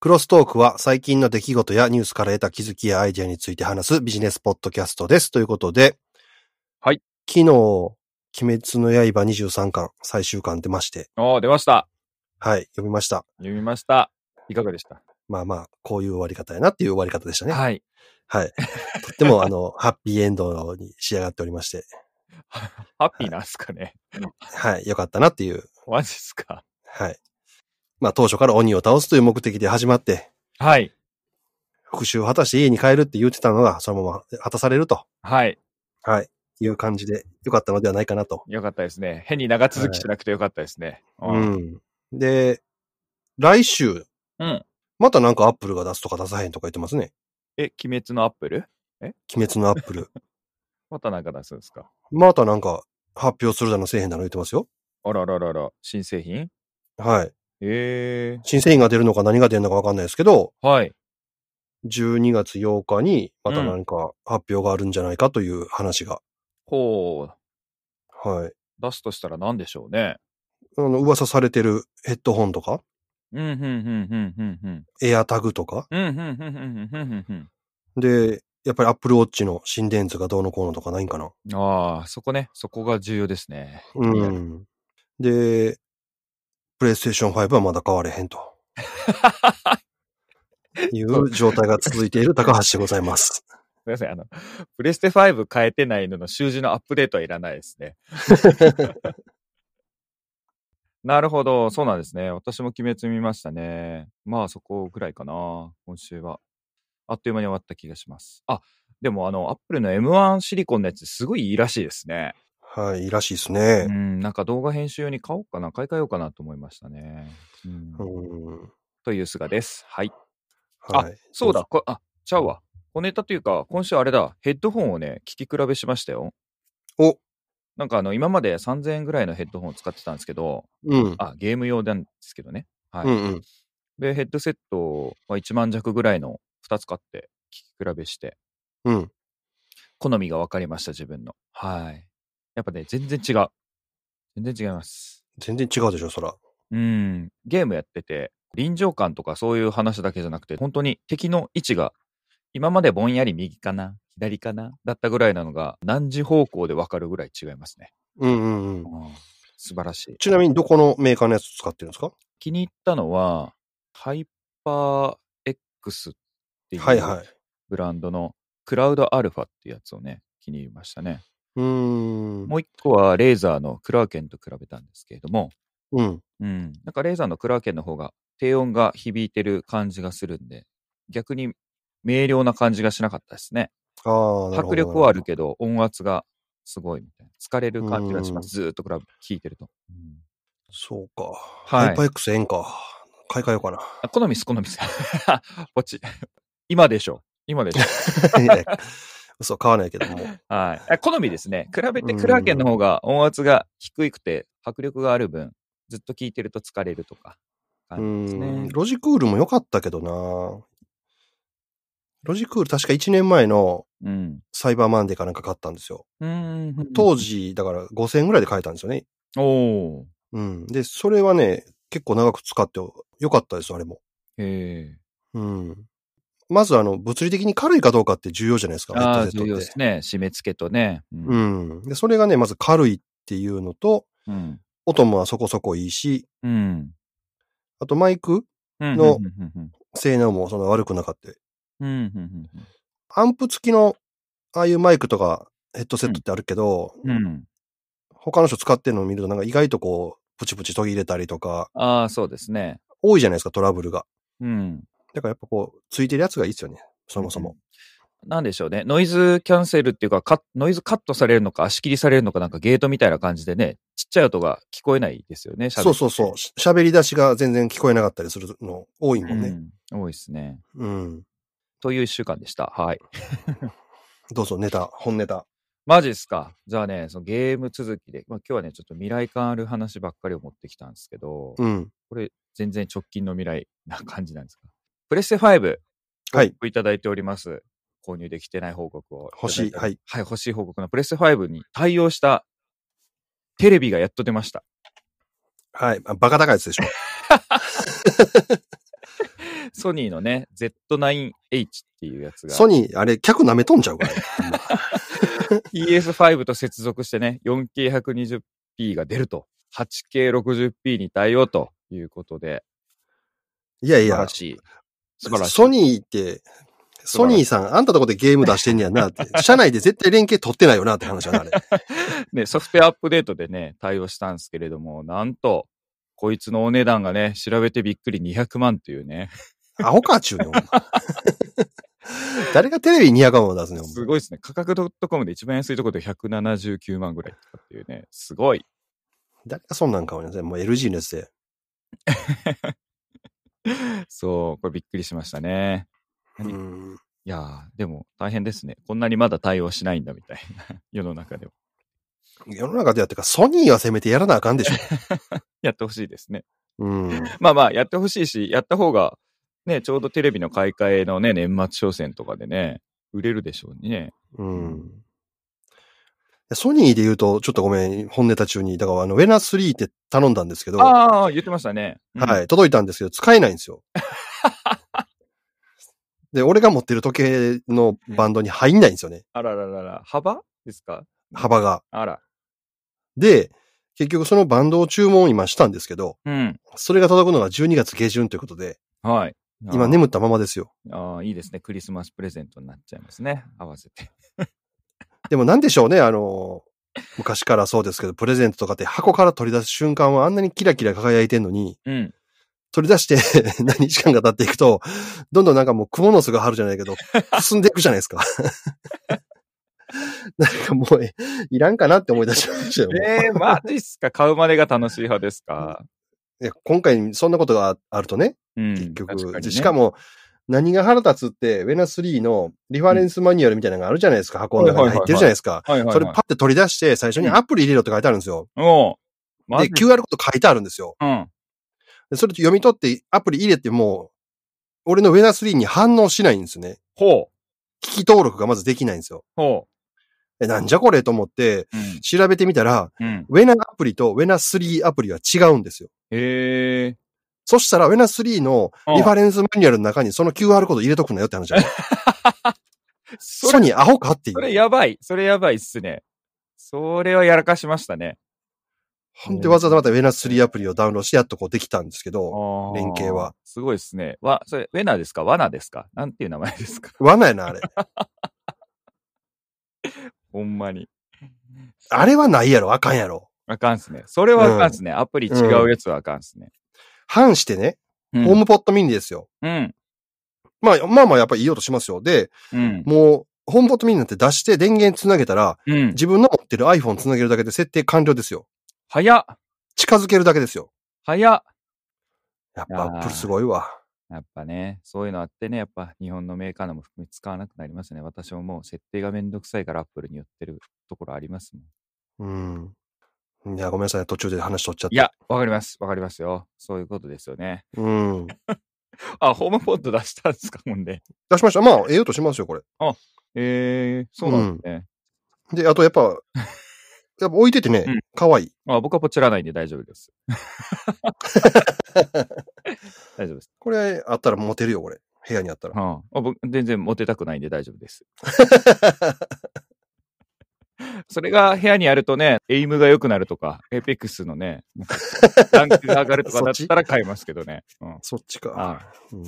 クロストークは最近の出来事やニュースから得た気づきやアイデアについて話すビジネスポッドキャストです。ということで、はい。昨日、鬼滅の刃23巻、最終巻出まして、おー、出ました。はい、読みました。読みました。いかがでした、まあまあ、こういう終わり方やなっていう終わり方でしたね。はい。はい。とっても、あの、 ハッピーエンドに仕上がっておりまして、ハッピーなんすかね。はい、良かったなっていう、マジっすか。はい。まあ、当初から鬼を倒すという目的で始まって、はい。復讐を果たして家に帰るって言ってたのが、そのまま果たされると、はい。はい、いう感じで良かったのではないかなと。よかったですね。変に長続きしなくてよかったですね。ううん。ん。で、来週、うんまたなんかアップルが出すとか出さへんとか言ってますね。え、鬼滅のアップル鬼滅のアップ ル。またなんか出すんですかまたなんか発表するだのせえへんだの言ってますよ。あらららら、新製品はい。ええ新製品が出るのか何が出るのかわかんないですけど、はい。 12月8日にまた何か発表があるんじゃないかという話が。ほう、はい。出すとしたら何でしょうね。あの、噂されてるヘッドホンとか、うん、うん、うん、うん、うん、エアタグとか、うん。うん、うん、うん、うん、うん、うん、うん。で、やっぱり Apple Watch の心電図がどうのこうのとかないんかな。ああ、そこね。そこが重要ですね。ういやん。で、PlayStation 5はまだ買われへ んと。いう状態が続いている高橋でござい ます。すみません。あの、プレステ5変えてないのの習字のアップデートはいらないですね。なるほど。そうなんですね。私も鬼滅見ましたね。まあ、そこぐらいかな。今週は。あっという間に終わった気がします。あ、でもあの、アップルの M1 シリコンのやつ、すごいいいらしいですね。はい、いいらしいですうね。ん、なんか動画編集用に買おうかな、買い替えようかなと思いましたね。うんうん。というすがです。はい。はい。そうだ、こあ、ちゃうわ。小ネタというか、今週あれだ、ヘッドホンをね、聞き比べしましたよ。おなんかあの、今まで3000円ぐらいのヘッドホンを使ってたんですけど、うん。あ、ゲーム用なんですけどね。はい。うんうん。で、ヘッドセットは1万弱ぐらいの2つ買って、聞き比べして、うん。好みが分かりました、自分の。はい。やっぱね、全然違う。全然違います。全然違うでしょ、そら。うん。ゲームやってて、臨場感とかそういう話だけじゃなくて、本当に敵の位置が、今までぼんやり右かな、左かな、だったぐらいなのが、何時方向で分かるぐらい違いますね。うんうんうん。うん、素晴らしい。ちなみにどこのメーカーのやつ使ってるんですか気に入ったのは、ハイパー X っていはいはうい。ブランドのクラウドアルファっていうやつをね、気に入りましたね。うーん。もう一個はレーザーのクラーケンと比べたんですけれども、うん。うん、なんかレーザーのクラーケンの方が低音が響いてる感じがするんで、逆に明瞭な感じがしなかったですね。ああ、なるほど。迫力はあなるほけど、音圧がすごいみたいな。疲れる感じがします。ずーっと比べ、聴いてると。うんど。そうか。はいハイパー X 円か。買い替えよう かな。 あ好みです、好みです。こっち。 今でしょ。今でしょ。いや嘘、買わないけども。はいあ。好みですね。比べてうんクラーケンの方が音圧が低くて迫力がある分、ずっと聴いてると疲れるとか。う感じですんね。ロジクールも良かったけどなロジクール確か1年前のうん。サイバーマンデーかなんか買ったんですよ。うん。当時、だから5000円ぐらいで買えたんですよね。おおうん。で、それはね、結構長く使って良かったです、あれも。ー。へえ。うん。まずあの、物理的に軽いかどうかって重要じゃないですか、ヘあッあ、ドセッ重ト要っでてす。ね。締め付けとね。うう。ん。で、それがね、まず軽いっていうのと、うん。音もそこそこいいし、うん。あとマイクうんのうんうん性能もそんな悪くなかった。うんうんうんアンプ付きの、ああいうマイクとかヘッドセットってあるけど、うんうん。他の人使ってるのを見ると、なんか意外とこう、プチプチ途切れたりとか、ああ、そうですね。多いじゃないですか、トラブルが。うん。だからやっぱこう、ついてるやつがいいですよね、そもそも。うん。なんでしょうね。ノイズキャンセルっていうか、カッノイズカットされるのか、足切りされるのか、なんかゲートみたいな感じでね、ちっちゃい音が聞こえないですよね、喋ってそうそうそう。し喋り出しが全然聞こえなかったりするの多いもうんね。ん。多いですね。うん。という一週間でした。はい。どうぞ、ネタ、本ネタ。マジっすか。じゃあね、そのゲーム続きで、まあ今日はね、ちょっと未来感ある話ばっかりを持ってきたんですけど、うん。これ全然直近の未来な感じなんですか。プレステ5、はい。いただいております。購入できてない報告を。。欲しい。はいい。はい、欲しい報告のプレステ5に対応したテレビがやっと出ました。 はい。あバカ高いやつでしょ。ソニーのね、Z9H っていうやつが、ソニー、あれ、客舐めとんちゃうから、ね。 PS5 と接続してね、4K120p が出ると、8K60p に対応ということで、いやい素晴やら、しい。素晴らしい。ソニーって、ソニーさん、あんたとこでゲーム出してんねやな って。社内で絶対連携取ってないよなって話だな、あれ。ね、ソフトウェアアップデートでね、対応したんですけれども、なんと、こいつのお値段がね、調べてびっくり200万というね、アホかっちゅうねん、ほん ま誰がテレビに200万も出すねん、ほんますごいですね。価格 .com で一番安いところで179万ぐらいとかっていうね、すごい。誰がそんなん買うねん、もう LG のやつで。そう、これびっくりしましたね。ううんん。いやー、でも大変ですね。こんなにまだ対応しないんだみたいな、 世の中では。世の中でやってか、ソニーはせめてやらなあかんでしょ。やってほしいですね。うん。まあまあ、やってほしいし、やった方が、ね、ちょうどテレビの買い替えのね、年末商戦とかでね、売れるでしょうね。うん。ソニーで言うと、ちょっとごめん、本ネタ中に。だから、あの、ウェナ3って頼んだんですけど、はああ、言ってましたね。うんい、届いたんですけど、使えないん ですよ。で、俺が持ってる時計のバンドに入んないんですよね、あらららら、幅ですか幅が。あら。で、結局そのバンドを注文を今したんですけど、うん。それが届くのが12月下旬ということで、はい。今眠ったままですよ。ああ、いいですね。クリスマスプレゼントになっちゃいますね。合わせて。でもなんでしょうね、あの、昔からそうですけど、プレゼントとかって箱から取り出す瞬間はあんなにキラキラ輝いてんのに、うん。取り出して 何時間が経っていくと、どんどんなんかもう蜘蛛の巣が張るじゃないけ ど、進んでいくじゃないですか。 なんかもう、えいらんかなって思い出しましたよ。 ええー、マジっすか買うまでが楽しい派ですかいや今回そんなことがあるとね、うん。結局。確にねしか、も、何が腹立つって、ウェナ3のリファレンスマニュアルみたいなのがあるじゃないですか。箱の中に入ってるじゃないですか。はいはい、はい。それパッて取り出して、最初にアプリ入れろって書いてあるんですよ。おうマで、ジ QR コード書いてあるんですよ。うん。でそれ読み取って、アプリ入れても、俺のウェナ3に反応しないんですよね。ほう。機器登録がまずできないんですよ。ほえ、なんじゃこれと思って、う。うん。調べてみたら、うん。ウェナアプリとウェナ3アプリは違うんですよ。へえ。そしたら、ウェナ3のうんリファレンスマニュアルの中にその QR コード入れとくなよって話じゃない そソれ、ニーアホかってい。そうれやばい。それやばいっすね。それはやらかしましたね。ほんで、わざわざまたウェナ3アプリをダウンロードしてやっとこうできたんですけど、連連携は。すごいですね。わ、それ、ウェナですかワナですかなんていう名前ですか 罠やな、あれ。ほんまに。あれはないやろ、あかんやろ。あかんっすね。それはあかんっすね。アプリ違うやつはあかんっすね。反してね、うホーん。ムポットミニですよ。うん。まあ、まあまあ、やっぱりいい音しますよ。で、うん。もう、ホームポットミニなんて出して電源つなげたら、うん。自分の持ってる iPhone つなげるだけで設定完了ですよ。早っ近づけるだけですよ。早っやっぱアップルすごいわ。やっぱね、そういうのあってね、やっぱ日本のメーカーのも含め使わなくなりますね。私ももう設定がめんどくさいからアップルに寄ってるところありますもん。うん。いや、ごめんなさい。途中で話取っちゃっいて。や、わかります。わかりますよ。そういうことですよね。うん。あ、ホームポッド出したんですか、ほんで。出しました。まあ、ええ音しますよ、これ。えー、そうなんですね。で、あとやっ ぱ、やっぱ置いててねうん、可愛いい。あ僕はポチらないんで大丈夫 です。大丈夫です。これあったらモテるよ、これ。部屋にあったうら。ん、あ僕全然モテたくないんで大丈夫です。それが部屋にあるとね、エイムが良くなるとか、エイペックスのね、ランクが上がると かだったら買いますけどね。うん、 そっちか。あうん。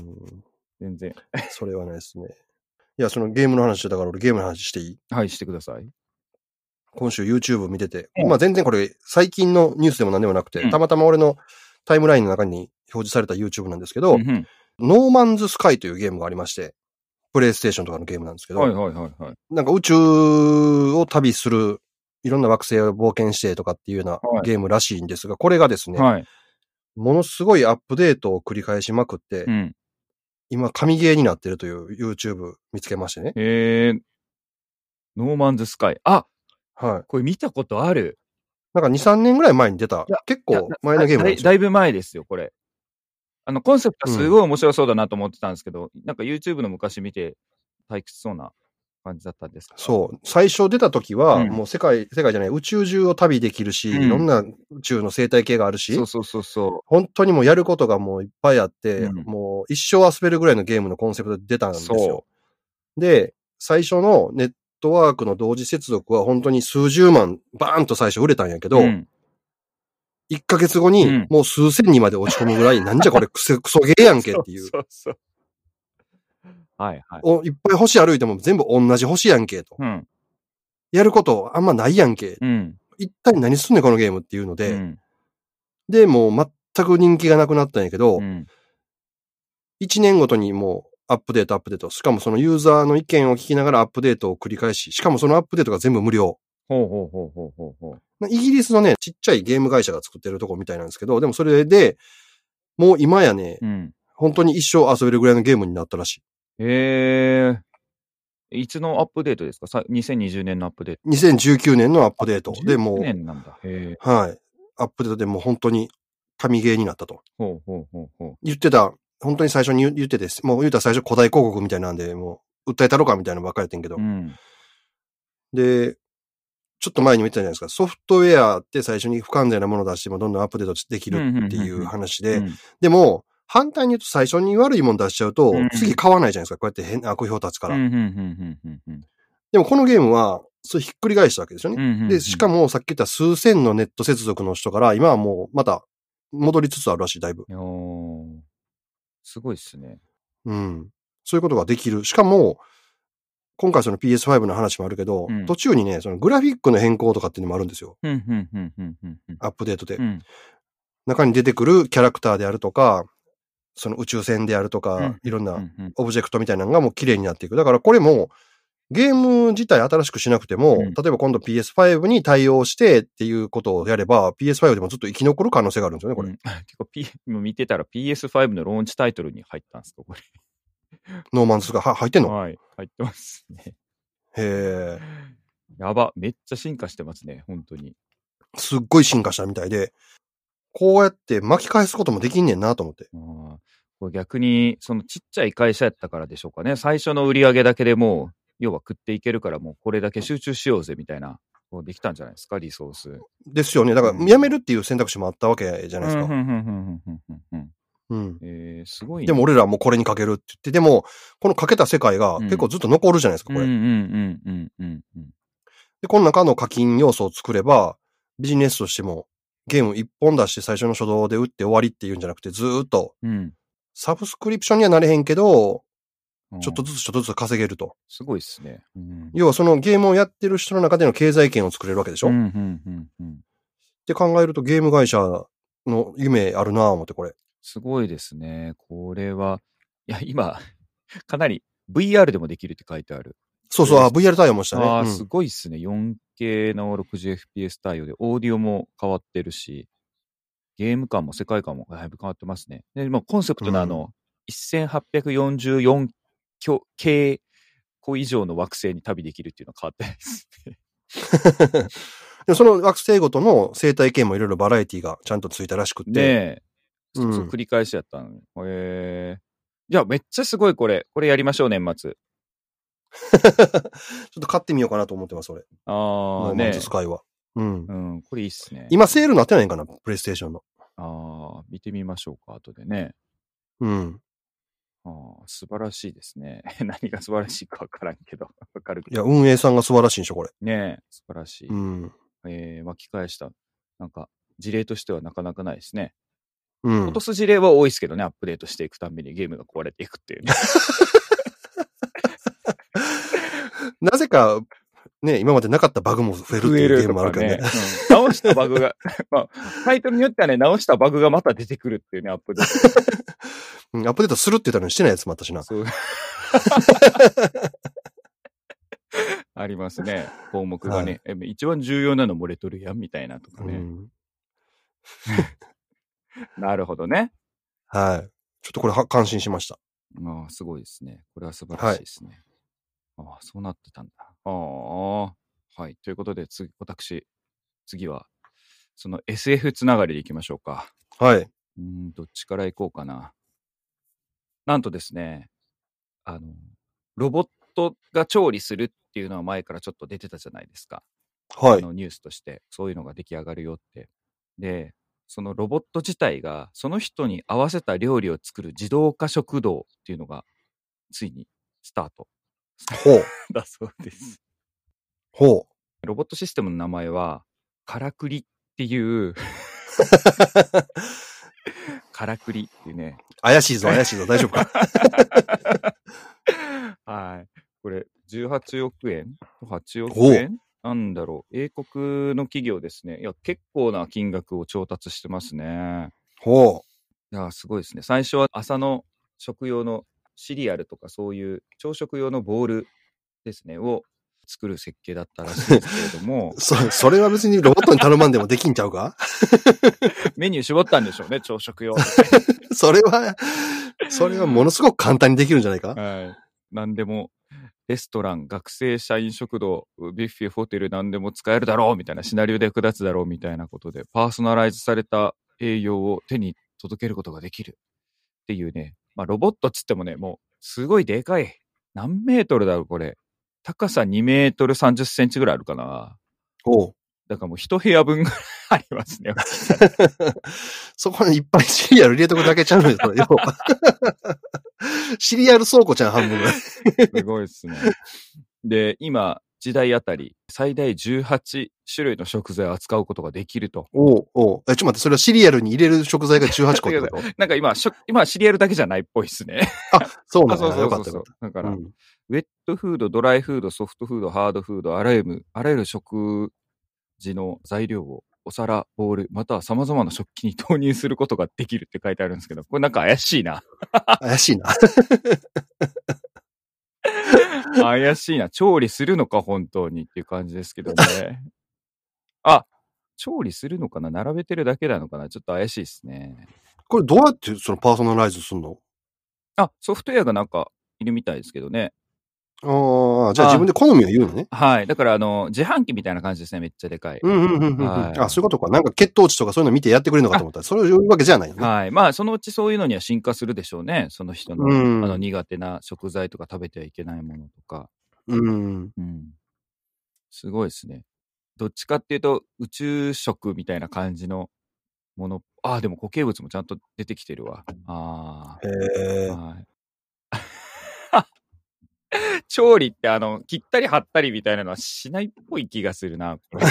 全然。それはないですね。いや、そのゲームの話だから俺ゲームの話していいはい、してください。今週 YouTube 見ててう。んまあ全然これ最近のニュースでも何でもなくてう、んたまたま俺のタイムラインの中に表示された YouTube なんですけどう、んノーマンズスカイというゲームがありまして、プレイステーションとかのゲームなんですけうんはいど、はいはいはい。なんか宇宙を旅する、いろんな惑星を冒険してとかっていうようなはいゲームらしいんですが、これがですね、はい。ものすごいアップデートを繰り返しまくってう、ん。今神ゲーになってるという YouTube 見つけましてね。えー、ノーマンズスカイ。あ、はい。これ見たことある。なんか2、3年ぐらい前に出たいや、結いや構前のゲームなんだですよ。だいぶ前ですよ、これ。あの、コンセプトはすごい面白そうだなと思ってたんですけど、なんか YouTube の昔見て退屈そうな感じだったんですかそう。最初出た時は、うんもう世界、世界じゃない、宇宙中を旅できるし、うんいろんな宇宙の生態系があるし、そうそうそうそ本当にもうやることがもういっぱいあって、うんもう一生遊べるぐらいのゲームのコンセプトで出たんですよそ。で、最初のネットワークの同時接続は本当に数十万バーンと最初売れたんやけう。ど、ん1ヶ月後うにんもう数千にまで落ち込むぐらい、なんじゃこれクセクソゲ ーやんけっていう。そうそうそうはいはい。おいっぱい星歩いても全部同じ星やんけと。うん。やることあんまないやんけ。うん。一体何すんねんこのゲームっていうので、うんで、もう全く人気がなくなったんやけど、うん1年ごとにもうアップデートアップデート。しかもそのユーザーの意見を聞きながらアップデートを繰り返し、しかもそのアップデートが全部無料。ほうほうほうほうほうほう。まあイギリスのね、ちっちゃいゲーム会社が作ってるとこみたいなんですけど、でもそれで、もう今やね、うん。本当に一生遊べるぐらいのゲームになったらしええいつのアップデートですかさ ?2020 年のアップデーい。2019年のアップデートト。でもう19、年なんだ。へえ。はい。アップデートでもう本当に神ゲーになったと。ほうほうほうほ言ってた、本当に最初に言言ってです。もう言うたら最初古代広告みたいなんで、もう訴えたろかみたいなのばっかりやってんけど、う。うん。で、ちょっと前にも言ったじゃないですか、ソフトウェアって最初に不完全なものを出してもどんどんアップデートできるっていうんうんうんううん話うで、んでも、反対に言うと最初に悪いもの出しちゃうとうんうん、次買わないじゃないですか、こうやって変な悪評立つかうんら。うんうんうんうんでもこのゲームは、それひっくり返したわけですようんうね。んうん。で、しかも。もさっき言った数千のネット接続の人から、今はもうまた戻りつつあるらしい、だいぶ。おーすごいっすね。うん。そういうことができる。しかも、今回その PS5 の話もあるけど、うん途中にね、そのグラフィックの変更とかっていうのもあるんですよ。うんうんうんうんうんうんアップデートでう。ん。中に出てくるキャラクターであるとか、その宇宙船であるとか、うんいろんうなんうんオブジェクトみたいなのがもう綺麗になっていく。だからこれも、ゲーム自体新しくしなくても、うん例えば今度 PS5 に対応してっていうことをやれば、PS5 でもずっと生き残る可能性があるんですよね、これ。うん、 結構 P、今見てたら PS5 のローンチタイトルに入ったんですか、これ。ノーマンズがは入ってんの、はい、入ってますね。へえ、やば、めっちゃ進化してますね、本当に。すっごい進化したみたいで、こうやって巻き返すこともできんねんなと思って。あーこれ逆に、そのちっちゃい会社やったからでしょうかね、最初の売り上げだけでもう、要は食っていけるから、もうこれだけ集中しようぜみたいな、こうできたんじゃないですか、リソース。ですよね。だから、うんやめるっていう選択肢もあったわけじゃないですうんか。うんうんうんうんうんうんうん。えー、すごいねでも、俺らはもうこれにかけるって言って、でも、このかけた世界が結構ずっと残るじゃないですか、これ。うんうんうんうんうんで、この中の課金要素を作れば、ビジネスとしても、ゲーム一本出して最初の初動で打って終わりっていうんじゃなくて、ずーっと、うん。サブスクリプションにはなれへんけど、うん。ちょっとずつちょっとずつ稼げると。すごいっすね。うん要はそのゲームをやってる人の中での経済圏を作れるわけでしょ、うんうっんうんうん。て考えるとゲーム会社の夢あるなぁ思ってこれ。すごいですね。これは、いや、今、かなり VR でもできるって書いてある。そうそう、あ、VR 対応もしたね。ああ、うんすごいっすね。4K の 60fps 対応で、オーディオも変わってるし、ゲーム感も世界観もだいぶ変わってますね。で、もうコンセプトのあの、1844K 個以上の惑星に旅できるっていうのは変わってないですね。 でその惑星ごとの生態系もいろいろバラエティがちゃんとついたらしくって。ねえ。うそんう繰り返しやったの。へえ。じゃあ、めっちゃすごいこれ。これやりましょう、年末。 ちょっと買ってみようかなと思ってます、俺。あノあ、ーマンねズスカイは。うんう。ん、これいいっすね。今セールなってないんかなプレイステーションの。ああ、見てみましょうか、後でね。うん。ああ、素晴らしいですね。 何が素晴らしいかわからんけど、 わかるけいや、ど。運営さんが素晴らしいんでしょ、これ。ねえ、素晴らしい。うん。えー巻き返した。なんか、事例としてはなかなかないですね。うん。落とす事例は多いですけどね、アップデートしていくたんびにゲームが壊れていくっていうね。なぜか、ね、今までなかったバグも増えるっていうゲームもあるけ どね。うん直したバグが、 まあ、タイトルによってはね、直したバグがまた出てくるっていうね、アップデート。うんアップデートするって言ったのにしてないやつもあったしな。 そうありますね。項目がね。え一番重要なの漏れとるやんみたいなとかうね。ん。なるほどね。はい。ちょっとこれは感心しました。ああ、すごいですね。これは素晴らしいですね。ああ、そうなってたんだ。ああ、はい。ということで、次、私、次は、その SF つながりでいきましょうか。はい。うーん、どっちから行こうかな。なんとですね、あの、ロボットが調理するっていうのは前からちょっと出てたじゃないですか。はあい。のニュースとして、そういうのが出来上がるよって。で、そのロボット自体が、その人に合わせた料理を作る自動化食堂っていうのが、ついにスタートほう。 だそうです。ほロボットシステムの名前は、カラクリっていう、 う。カラクリっていうね。 怪しいぞ、怪しいぞ。大丈夫か。はい。これ、18億円 ?8 お億う円なんだろう。英国の企業ですね。いや、結構な金額を調達してますね。ほいやー、すごいですね。最初は朝の食用のシリアルとかそういう朝食用のボールですね、を作る設計だったらしいですけれどもう。、そ、それは別にロボットに頼まんでもできんちゃうか メニュー絞ったんでしょうね、朝食用。それは、それはものすごく簡単にできるんじゃ ないかはい。何でも、レストラン、学生社員食堂、ビュッフェ、ホテル、何でも使えるだろうみたいな、シナリオで役立つだろうみたいなことで、パーソナライズされた栄養を手に届けることができるっていうね、まあ、ロボットっつってもね、もう、すごいでかい。何メートルだろう、これ。高さ2メートル30センチぐらいあるかな。ほう。だからもう一部屋分ぐらいありますね。そこにいっぱいシリアル入れとくだけちゃうのよ、それよ。 シリアル倉庫ちゃん半分ぐらい。 すごいですね。で、今、時代あたり、最大18種類の食材を扱うことができると。おうおうえ、ちょっと待って、それはシリアルに入れる食材が18個ってことなんか今、しょ今シリアルだけじゃないっぽいですね。そうなあんだ。そうそようかそっうたそようか。だかった。ら、うんウェットフード、ドライフード、ソフトフード、ハードフード、あらゆる、あらゆる食事の材料を、お皿、ボール、または様々な食器に投入することができるって書いてあるんですけど、これなんか怪しいな。怪しいな。怪しいな。 調理するのか、本当にっていう感じですけどね。あ、調理するのかな並べてるだけなのかなちょっと怪しいですね。これどうやってそのパーソナライズすんのあ、ソフトウェアがなんかいるみたいですけどね。ああ、じゃああ自分で好みを言うのね。はい。だから、あの、自販機みたいな感じですね。めっちゃでかい。うんうんうんうんうん。はいあ、そういうことか。なんか血糖値とかそういうの見てやってくれるのかと思ったら、それを言うわけじゃないよね。はい。まあ、そのうちそういうのには進化するでしょうね。その人の、うんあの、苦手な食材とか食べてはいけないものとか。うん。うん。すごいですね。どっちかっていうと、宇宙食みたいな感じのもの。ああ、でも固形物もちゃんと出てきてるわ。あへえ。 あ。はい。 調理って、あの、切ったり貼ったりみたいなのはしないっぽい気がするな。これ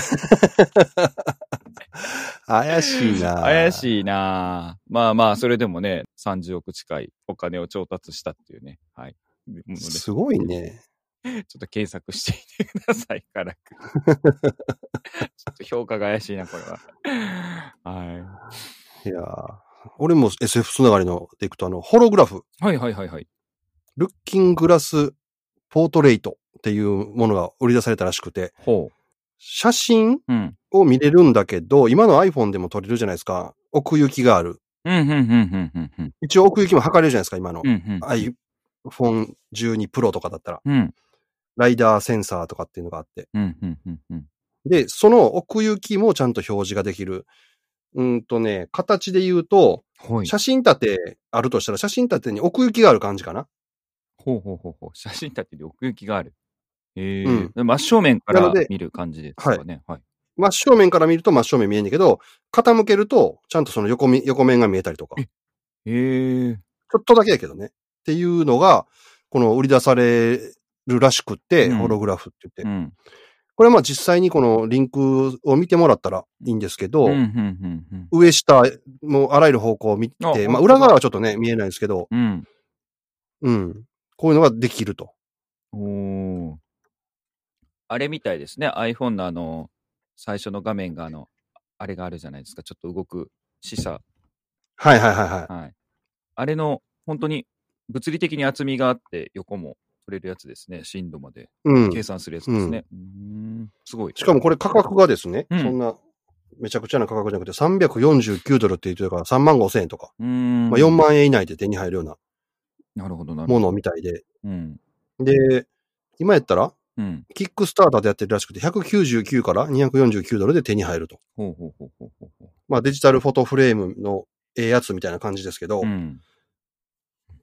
怪しいな。怪い。しいなあまあまあ、それでもね、30億近いお金を調達したっていうね。はい。ものですごいね。ちょっと検索してみてください、からく。 ちょっと評価が怪しいな、これは。はいやー俺も SF つながりのでいくと、あの、ホログラフ、い。はいはいはいはい。ルッキングラスポートレイトっていうものが売り出されたらしくて、ほ写真う。うん。を見れるんだけど、今の iPhone でも撮れるじゃないですか。奥行きがある。うん、うん、うん、うん、うん、うん。一応奥行きも測れるじゃないですか、今の。うん、うん。 iPhone 12 Pro とかだったら、うん、ライダーセンサーとかっていうのがあって。うん、うん、うん、うん。で、その奥行きもちゃんと表示ができる。うーんとね、形で言うと、ほい。写真立てあるとしたら、写真立てに奥行きがある感じかな。ほうほうほうほう。写真立てに奥行きがある。ええうん真正面かならので見る感じですかね。はい。真正面から見ると真正面見えんねんけど、傾けると、ちゃんとその横み横面が見えたりとか、えちええょっとだけやけどね。っていうのが、この売り出されるらしくって、うんホログラフって言って。うん。これはまあ実際にこのリンクを見てもらったらいいんですけど、うん、うん、うん、うん。上下、もうあらゆる方向を見あて、まあ本当だ裏側はちょっとね、見えないですけど、うん。うん。こういうのができると。おーあれみたいですね。iPhone のあの、最初の画面があの、あれがあるじゃないですか。ちょっと動く示唆。はいはいはいはい。はい。あれの、本当に物理的に厚みがあって、横も取れるやつですね。深度までうん。計算するやつですね。うーんすごい。しかもこれ価格がですね、うんそんな、めちゃくちゃな価格じゃなくて、349ドルって言ってたから3万5千円とか、うーん。まあ、4万円以内で手に入るようななるほど、なるもほど。のみたいで。うん。で、今やったら、うん。キックスターターでやってるらしくて、199から249ドルで手に入ると。ほうほうほうほうほうほまあデジタルフォトフレームのええやつみたいな感じですけど、う。うん。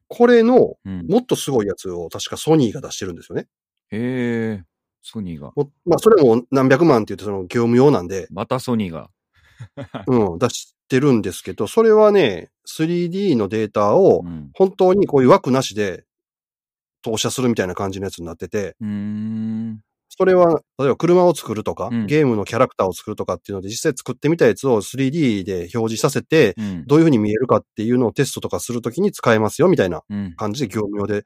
これの、うん。もっとすごいやつを確かソニーが出してるんですよね。へえ、ソニーが。もまあ、それも何百万って言って、その業務用なんで、またソニーが。うん、出してるんですけど、それはね、3D のデータをうん。本当にこういう枠なしで投射するみたいな感じのやつになってて、うーん。それは、例えば車を作るとか、うんゲームのキャラクターを作るとかっていうので、実際作ってみたやつを 3D で表示させて、うん。どういうふうに見えるかっていうのをテストとかするときに使えますよ、みたいなうん。感じで業務用で、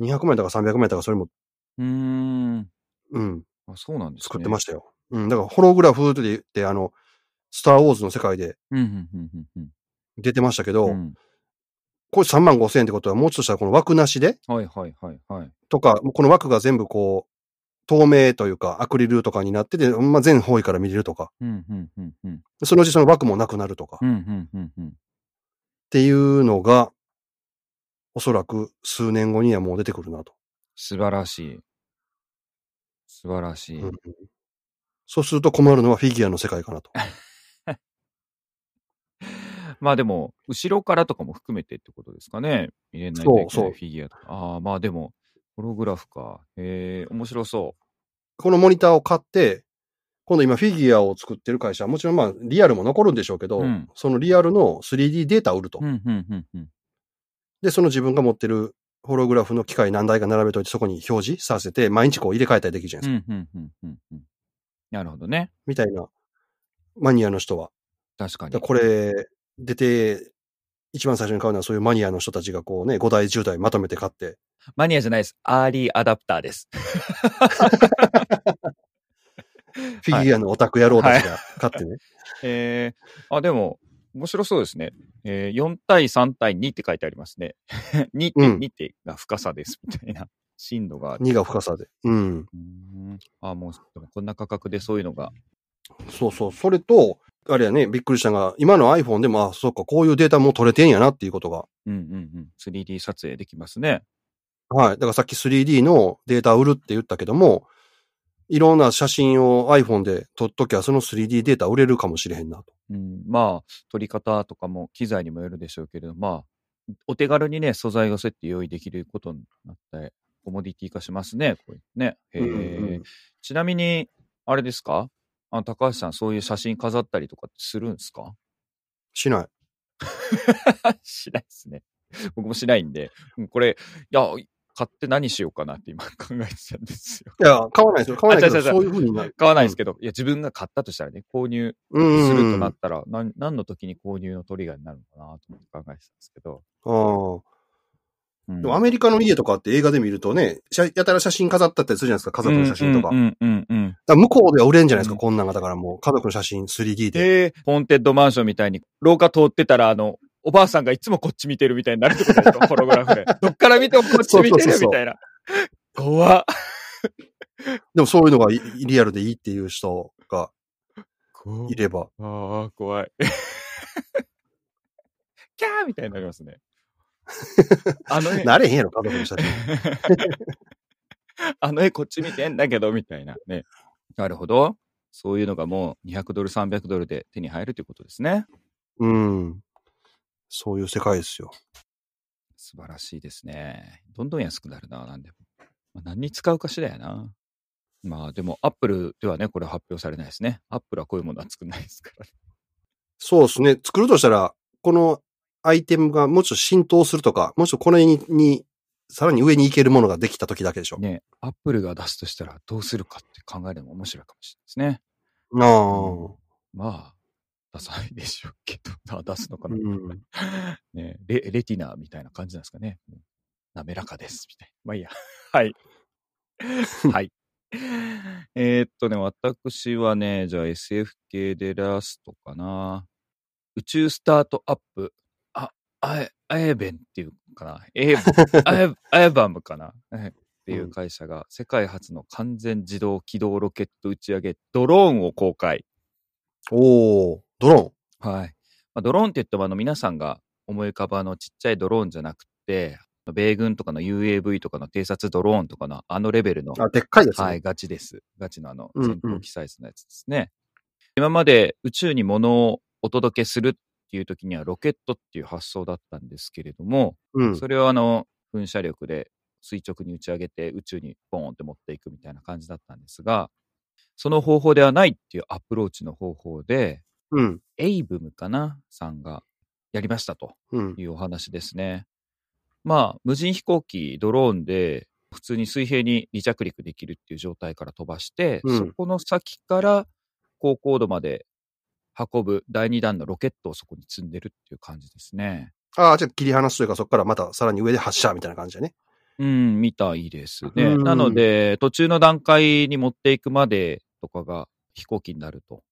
200万円とか300万円とかそれも、うーん。うん、あ、そうなんですね。作ってまししたよ。うん、だからホログラフって言って、あの、スターウォーズの世界でた。うん、うん、うん、うん出てましたけど、うん。うんこれ3万5千円ってことは、もうちょっとしたらこの枠なしではい、はい、はい、はい。とか、この枠が全部こう、透明というか、アクリルとかになってて、まあ、全方位から見れるとか、うん、うん、うん、うん。そのうちその枠もなくなるとか、うっん、うん、うん、うん。ていうのが、おそらく数年後にはもう出てくるなと。素晴らしい。素晴らしい。うんそうすると困るのはフィギュアの世界かな と。まあでも、後ろからとかも含めてってことですかね。見れないそとういけなそいうフィギュアとか。ああ、まあでも、ホログラフか。へえ、面白そこのモニターを買って、今度今フィギュアを作ってる会社は、もちろんまあリアルも残るんでしょうけど、うんそのリアルの 3D データを売ると。う。うん、うん、うん、うん。で、その自分が持ってるホログラフの機械何台か並べといて、そこに表示させて、毎日こう入れ替えたりできるじゃないですうか。ん、うん、うん、うん。うんなるほどね。みたいな、マニアの人は。確かに。だからこれ、出て、一番最初に買うのはそういうマニアの人たちがこうね、5台、10台まとめて買って、マニアじゃないです。アーリーアダプターです。フィギュアのオタク野郎たちが買ってね。 えー、あ、でも、面白そうですね。えー、4対3対2って書いてありますね。2って、 うん2ってが深さです、みたいな。深度がある。 2が深さで。うん。うーんあ、もう、でもこんな価格でそういうのが。そうそう。それと、あれやね、びっくりしたのが、今の iPhone でも、あ、そっか、こういうデータも取れてんやなっていうことが。うんうんうん。3D 撮影できますね。はい。だからさっき 3D のデータ売るって言ったけども、いろんな写真を iPhone で撮っときゃ、その 3D データ売れるかもしれへんなと。うん、まあ、撮り方とかも機材にもよるでしょうけれど、まあ、お手軽にね、素材がそうやって用意できることになって、コモディティ化しますね、こういうね。へーうんうんちなみに、あれですかあの高橋さん、そういう写真飾ったりとかってするんです かしない。しないですね。 僕もしないんで、うんこれ、いや、買って何しようかなって今考えてたんですよ。いや、買わないですよ。買わないけあ違ど、う違う違うそういうふうになる。買わないですけど、いや、自分が買ったとしたらね、購入うんうんうん。するとなったら、なん何の時に購入のトリガーになるのかなと思って考えてたんですけど。ああ。うんでもアメリカの家とかって映画で見るとね、写やたら写真飾ったってするじゃないですか、家族の写真とか。うんうんうんうんうん。だから向こうでは売れんじゃないですか、うんこんなんが。だからもう家族の写真 3D で。で、ホーンテッドマンションみたいに、廊下通ってたら、あの、おばあさんがいつもこっち見てるみたいになるってこと でしょ、ホログラフで。どっから見てもこっちそ見うてそうそうるそうみたいな。怖っ。でもそういうのがいリアルでいいっていう人が怖いれば。ああ、怖い。キャーみたいになりま すね。あの絵、なれへんやろ、家族の写 真。あの絵こっち見てんだけど、みたいなね。なるほど。そういうのがもう200ドル、300ドルで手に入るということですね。うん。そういう世界ですよ。素晴らしいですね。どんどん安くなるな、なんでも。まあ、何に使うかしらやな。まあでも、アップルではね、これ発表されないですね。アップルはこういうものは作んないですからね。そうですね。作るとしたら、このアイテムがもうちょっと浸透するとか、もうちょっとこれに、にさらに上に行けるものができた時だけでしょ。ね、アップルが出すとしたらどうするかって考えるのも面白いかもしれないですね。ああ。まあ、出さないでしょうけど、 まあ出すのかうな。ん。 ね、レレティナみたいな感じなんですかね。もう滑らかです、みたいな。まあいいや。はい。 はい。えーっとね、私はね、じゃあ SF 系でラストかな。宇宙スタートアップ。あ、あえ、あえべんっていうかな。ええ、 あえ、あえばむかな。えっていう会社が世界初の完全自動機動ロケット打ち上げドローンを公開。おー、ドロはい。まあ、ドローンって言っても、あの、皆さんが思い浮かぶあの、ちっちゃいドローンじゃなくて、米軍とかの UAV とかの偵察ドローンとかのあのレベルのーン。、あ、でっかいですね。はい、ガチです。ガチのあの、うんうん戦闘機サイズのやつですね。今まで宇宙に物をお届けするっっていう時にはロケットっていう発想だったんですけれども、うん。それをあの噴射力で垂直に打ち上げて宇宙にボーンって持っていくみたいな感じだったんですが、その方法ではないっていうアプローチの方法で、うん。エイブムかなさんがやりましたとうん。いうお話ですね。まあ、無人飛行機、ドローンで普通に水平に離着陸できるっていう状態から飛ばして、うんそこの先から高高度まで運ぶ第2弾のロケットをそこに積んでるっていう感じですね。ああ、じゃあ切り離すというか、そこからまたさらに上で発射みたいな感じだね。うん、みたいですね。うんなので、途中の段階に持っていくまでとかが飛行機になると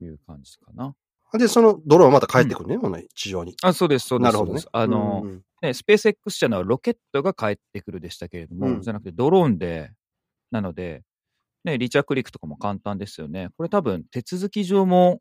いう感じかな。で、そのドローンはまた帰ってくるね、この地上に。あ、そうです、そうです。なるほどそうでねす。あの、うんね、スペース X 社のはロケットが帰ってくるでしたけれども、うんじゃなくてドローンで、なので、ね、離着陸とかも簡単ですよね。これ多分手続き上も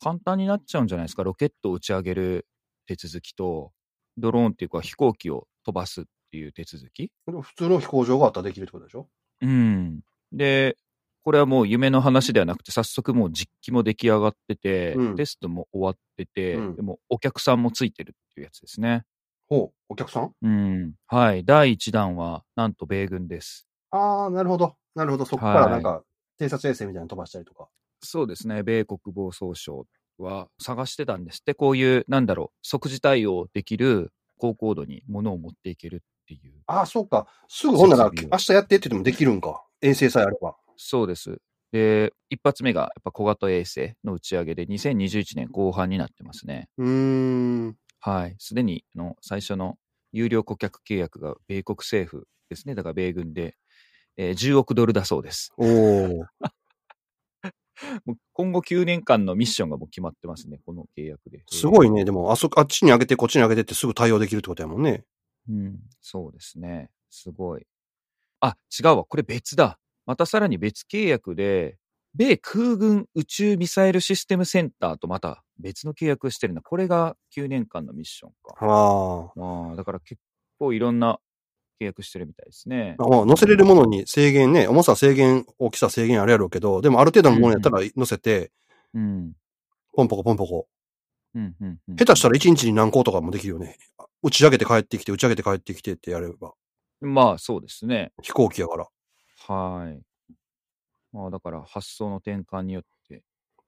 簡単になっちゃうんじゃないですか。ロケットを打ち上げる手続きと、ドローンっていうか飛行機を飛ばすっていう手続き。普通の飛行場があったらできるってことでしょうん。で、これはもう夢の話ではなくて、早速もう実機も出来上がってて、うんテストも終わってて、うんでもお客さんもついてるっていうやつですね。ほう、お客さんうん。はい。第1弾は、なんと米軍です。ああ、なるほど。なるほど。そこからなんか、偵察衛星みたいなの飛ばしたりとか。そうですね。米国防総省は探してたんですって、こういう、なんだろう、即時対応できる高高度に物を持っていけるっていう。ああ、そうか。すぐほんなら、設備を明日やってって言ってもできるんか。衛星さえあれば。そうです。で、一発目がやっぱ小型衛星の打ち上げで、2021年後半になってますね。うーん。はい、すでにあの最初の有料顧客契約が米国政府ですね、だから米軍で、えー10億ドルだ そうです。おー。もう今後9年間のミッションがもう決まってますね、この契約で。すごい、いね。でも、あそこ、あっちに上げて、こっちに上げてってすぐ対応できるってことやもんね。うん。そうですね、すごい。あ違うわ、これ別だ。またさらに別契約で、米空軍宇宙ミサイルシステムセンターとまた別の契約してるな。これが9年間のミッションか。あああ、だから結構いろんな契約してるみたいですねあ。。まあ、乗せれるものに制限ね、重さ制限、大きさ制限あるやろうけど、でもある程度のものやったら乗せて、うん。ポンポコポンポコ。うんうんうん下手したら1日に何個とかもできるよね。打ち上げて帰ってきて、打ち上げて帰ってきてってやれば、まあそうですね。飛行機やから。はい。まあだから発想の転換によって、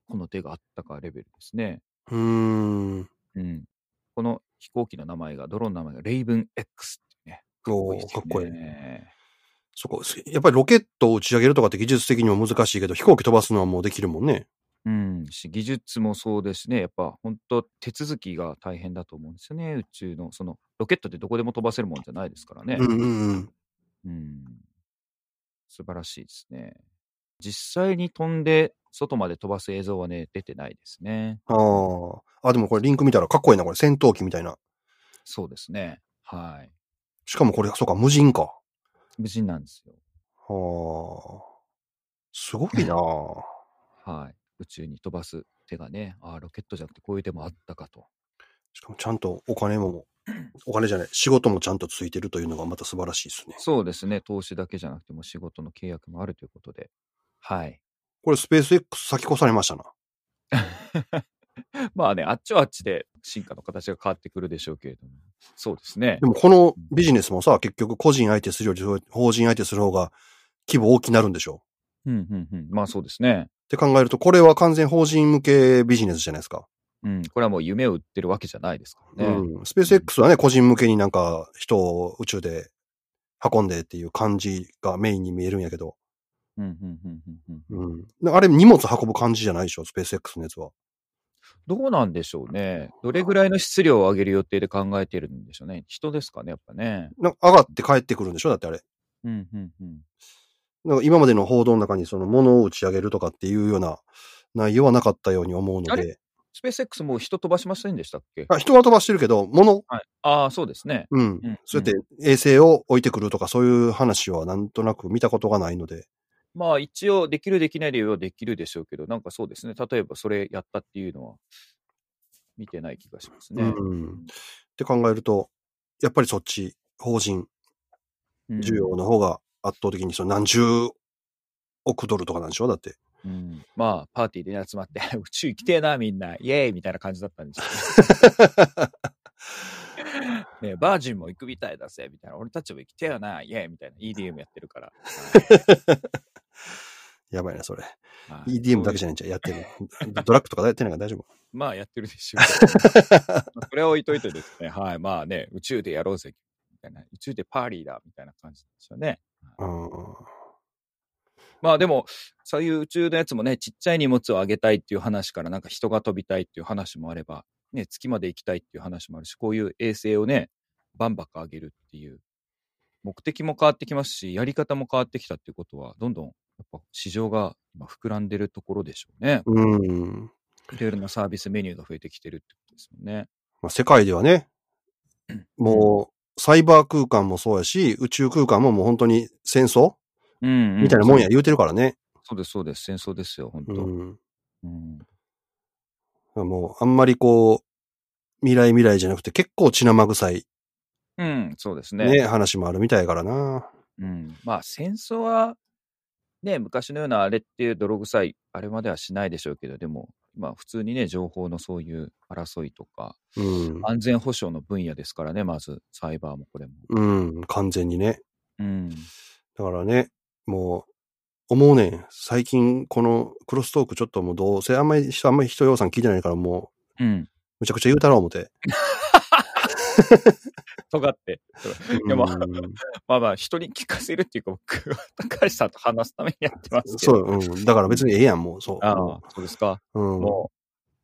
この手があったかレベルですね。うーん。うん。この飛行機の名前が、ドローンの名前がレイブン X っていうね。おーかっこいいですね。ね。そこ、やっぱりロケットを打ち上げるとかって技術的にも難しいけど、飛行機飛ばすのはもうできるもんね。うん、し技術もそうですね、やっぱ本当、手続きが大変だと思うんですよね、宇宙の、そのロケットってどこでも飛ばせるもんじゃないですからね。うんうんうん。うん。素晴らしいですね。実際に飛んで、外まで飛ばす映像はね、出てないですね。ああ。あ、でもこれリンク見たらかっこいいな、これ。戦闘機みたいな。そうですね。はい。しかもこれ、そうか、無人か。無事なんですよ。はあ。すごいなあはい。宇宙に飛ばす手がね、ああ、ロケットじゃなくてこういう手もあったかと。しかもちゃんとお金も、お金じゃない、仕事もちゃんとついてるというのがまた素晴らしいですね。そうですね。投資だけじゃなくても仕事の契約もあるということで。 はい。これスペース X 先越されましたな。まあね、あっちはあっちで進化の形が変わってくるでしょうけれども。そうですねで。もこのビジネスもさ、結局個人相手するよりそう法人相手する方が規模大きくなるんでしょうんうんうん。まあそうですうっね。て考えると、これは完全法人向けビジネスじゃないですか。うん。これはもう夢を売ってるわけじゃないですからね。うん、スペース X はね、個人向けになんか人を宇宙で運んでっていう感じがメインに見えるんやけど、うんうんうんうんうん。うん、あれ荷物運ぶ感じじゃないでしょ、スペース X のやつは。どうなんでしょうね。どれぐらいの質量を上げる予定で考えてるんでしょうね。人ですかね、やっぱね。なんか上がって帰ってくるんでしょだってあれ。うんうんうん。なんか今までの報道の中にその物を打ち上げるとかっていうような内容はなかったように思うのあで、スペース X もう人飛ばしませんでしたっけあ人は飛ばしてるけど、物、はい。ああ、そうですね。うんう、ん、そうやんって衛星を置いてくるとかそういう話はなんとなく見たことがないので、まあ一応できるできないで言えばできるでしょうけど、なんかそうですね。例えばそれやったっていうのは見てない気がしますね。うんって考えると、やっぱりそっち、法人、うん 需要の方が圧倒的にその何十億ドルとかなんでしょだって。うんまあ、パーティーでね集まって、 宇宙行きてえな、みんな、イエーイみたいな感じだったんですけど、ね、バージンも行くみたいだぜ、みたいな、俺たちも行きてえよな、イエーイみたいな、EDM やってるから。やばいな、それ。はい EDM だけじゃないんじゃん、やってる。ドラッグとかやってないから大丈夫。まあやってるでしょうけど。 まあそれは置いといてですね、はい、まあね、宇宙でやろうぜ、みたいな、宇宙でパーリーだ、みたいな感じですよね。うんうん。まあでも、そういう宇宙のやつもね、ちっちゃい荷物をあげたいっていう話から、なんか人が飛びたいっていう話もあれば、ね、月まで行きたいっていう話もあるし、こういう衛星をね、バンバカ上げるっていう、目的も変わってきますし、やり方も変わってきたっていうことは、どんどん、やっぱ市場が今膨らんでるところでしょうね。うん。いろいろなサービスメニューが増えてきてるってことですもんね。まあ、世界ではね、もう、サイバー空間もそうやし、宇宙空間ももう本当に戦争うん、みたいなもんや言うてるからね。そうです、そうです。戦争ですよ、本う当、うんん。もう、あんまりこう、未来未来じゃなくて結構血生臭いうんそうですねね、話もあるみたいからな。うん。まあ、戦争は、ね、昔のようなあれっていう泥臭い、あれまではしないでしょうけど、でも、まあ、普通にね、情報のそういう争いとか、うん。安全保障の分野ですからね、まず、サイバーもこれも。うん、完全にね。うん。だからね、もう、思うねん。最近、このクロストークちょっともうどうせあんまり人、あんまり人要さん聞いてないからもう、うん。むちゃくちゃ言うたろう思 て。尖って。でもうんまあまあ、人に聞かせるっていうか、僕は高橋さんと話すためにやってますけそど。う、うん。だから別にええやん、もう、そう。ああ、そうですか。うん。も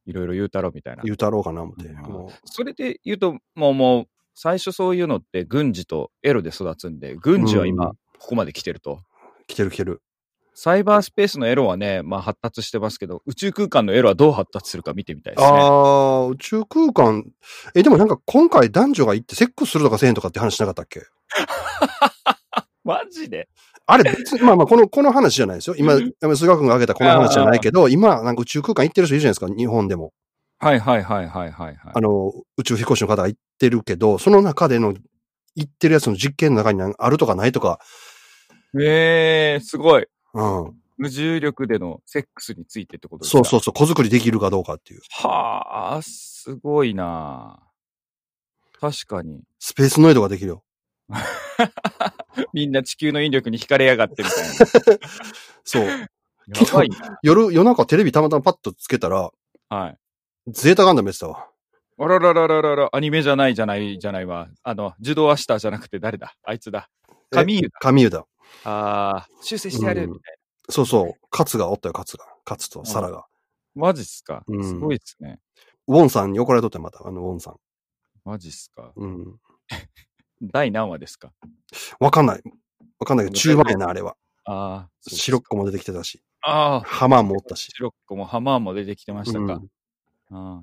う、いろいろ言うたろみたいな。言うたろうかな、思って。うんもそれで言うと、もう、もう、最初そういうのって軍事とエロで育つんで、軍事はう今ん、ここまで来てると。う、来てる来てる。サイバースペースのエロはね、まあ発達してますけど、宇宙空間のエロはどう発達するか見てみたいですね。ああ、宇宙空間。え、でもなんか今回男女が行ってセックスするとかせえんとかって話しなかったっけマジであれ別に、まあまあ、この、この話じゃないですよ。今、うん今菅川君が挙げたこの話じゃないけど、今、なんか宇宙空間行ってる人いるじゃないですか、日本でも。はいはいはいはいはい、はいあの、宇宙飛行士の方が行ってるけど、その中での、行ってるやつの実験の中になんあるとかないとか、えー、すごい。うん。無重力でのセックスについてってことですかそうそうそう、子作りできるかどうかっていう。はあ、すごいな確かに。スペースノイドができるよ。みんな地球の引力に惹かれやがってみ たい そう。な。やばいな。夜、夜中テレビたまたまパッとつけたら、はい。ゼータガンダムやってたわ。あらららららら、アニメじゃないじゃないじゃないわ。あの、ジュドアシターじゃなくて誰だあいつだ。え神湯だ。神湯だ。ああ、修正してやるみたいそうそう。カツがおったよ、カツが。カツとサラが。な。マジっすかうんすごいっすね。ウォンさんに怒られとってまた、あの、ウォンさん。マジっすかうん。第何話ですかわかんない。わかんないけど、中盤やな、あれは。ああ、白っく。子も出てきてたし、ああ、ハマーもおったし。白っ子もハマーも出てきてましたうんか。ああ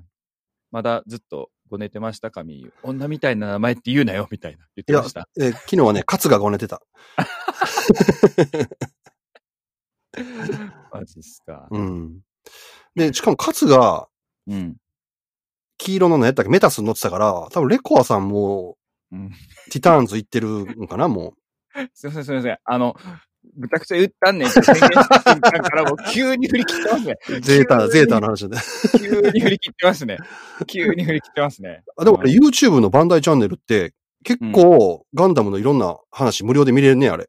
まだずっとごねてました、神湯。女みたいな名前って言うなよ、みたいな。言ってました。えー昨日はね、カツがごねてた。マジっすか。うん。で、しかもカツが、うん。黄色の何やったっけ、メタスに乗ってたから、多分レコアさんも、うんティターンズ行ってるのかな、もすいません、すいません。あの、むちゃくちゃ言ったんねんって宣言した瞬間からもう急に振り切ってますね。 う。ゼータ、急ゼにータの話で。急に振り切ってますね。急に振り切ってますね。あでもう俺、ん YouTube のバンダイチャンネルって、結構、ガンダムのいろんな話無料で見れるね、あれ。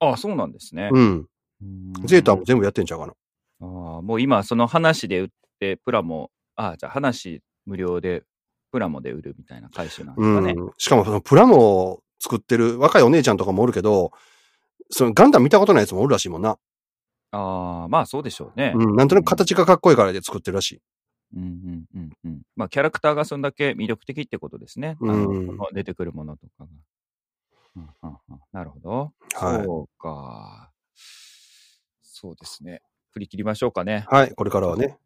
あそうなんですね。うん。ゼータも全部やってんちゃうかな。あーもう今、その話で売って、プラも、あじゃあ話無料で、プラモで売るみたいな回収なんでうすかん。ね。しかも、そのプラモを作ってる若いお姉ちゃんとかもおるけど、そのガンダム見たことないやつもおるらしいもんな。ああ、まあそうでしょうね。うん。なんとなく形がかっこいいからで作ってるらしい。うんうんうんうん。まあキャラクターがそんだけ魅力的ってことですね。あのうん出てくるものとかが。うんうんうんなるほど。はい。そうか。そうですね。振り切りましょうかね。 はい。これからはね。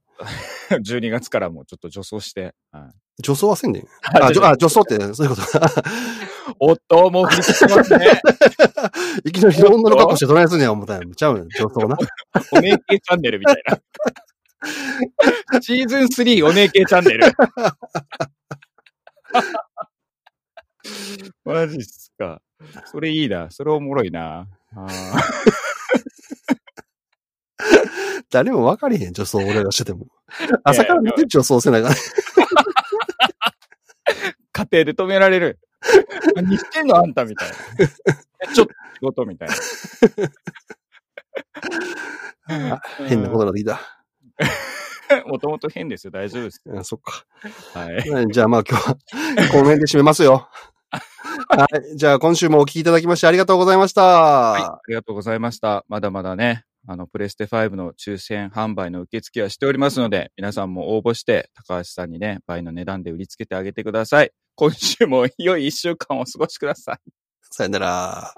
12月からもちょっと助走して。はい女装はせんでん。あ、女、あ、女装って、そういうこと。おっと、もう振り切ってますね。いきなり女の格好してどないすんねや思ったんや。ちゃうねん女装な。お姉系チャンネルみたい な。シーズン3お姉系チャンネル。マジっすか。それいいな。それおもろいな。あー誰も分かれへん、女装俺らして ても。朝から見て女装せながら。家庭で止められる。何してんのあんたみた いな。ちょっと仕事みたいな。あ変なことなってきた。もともと変ですよ。大丈夫です。あそっか。はい。じゃあまあ今日は、この辺で締めます よ。はい。じゃあ今週もお聞きいただきましてありがとうございました。はい、ありがとうございました。まだまだね、あの、プレステ5の抽選販売の受付はしておりますので、皆さんも応募して、高橋さんにね、倍の値段で売りつけてあげてください。今週も良い一週間をお過ごしください。さよなら。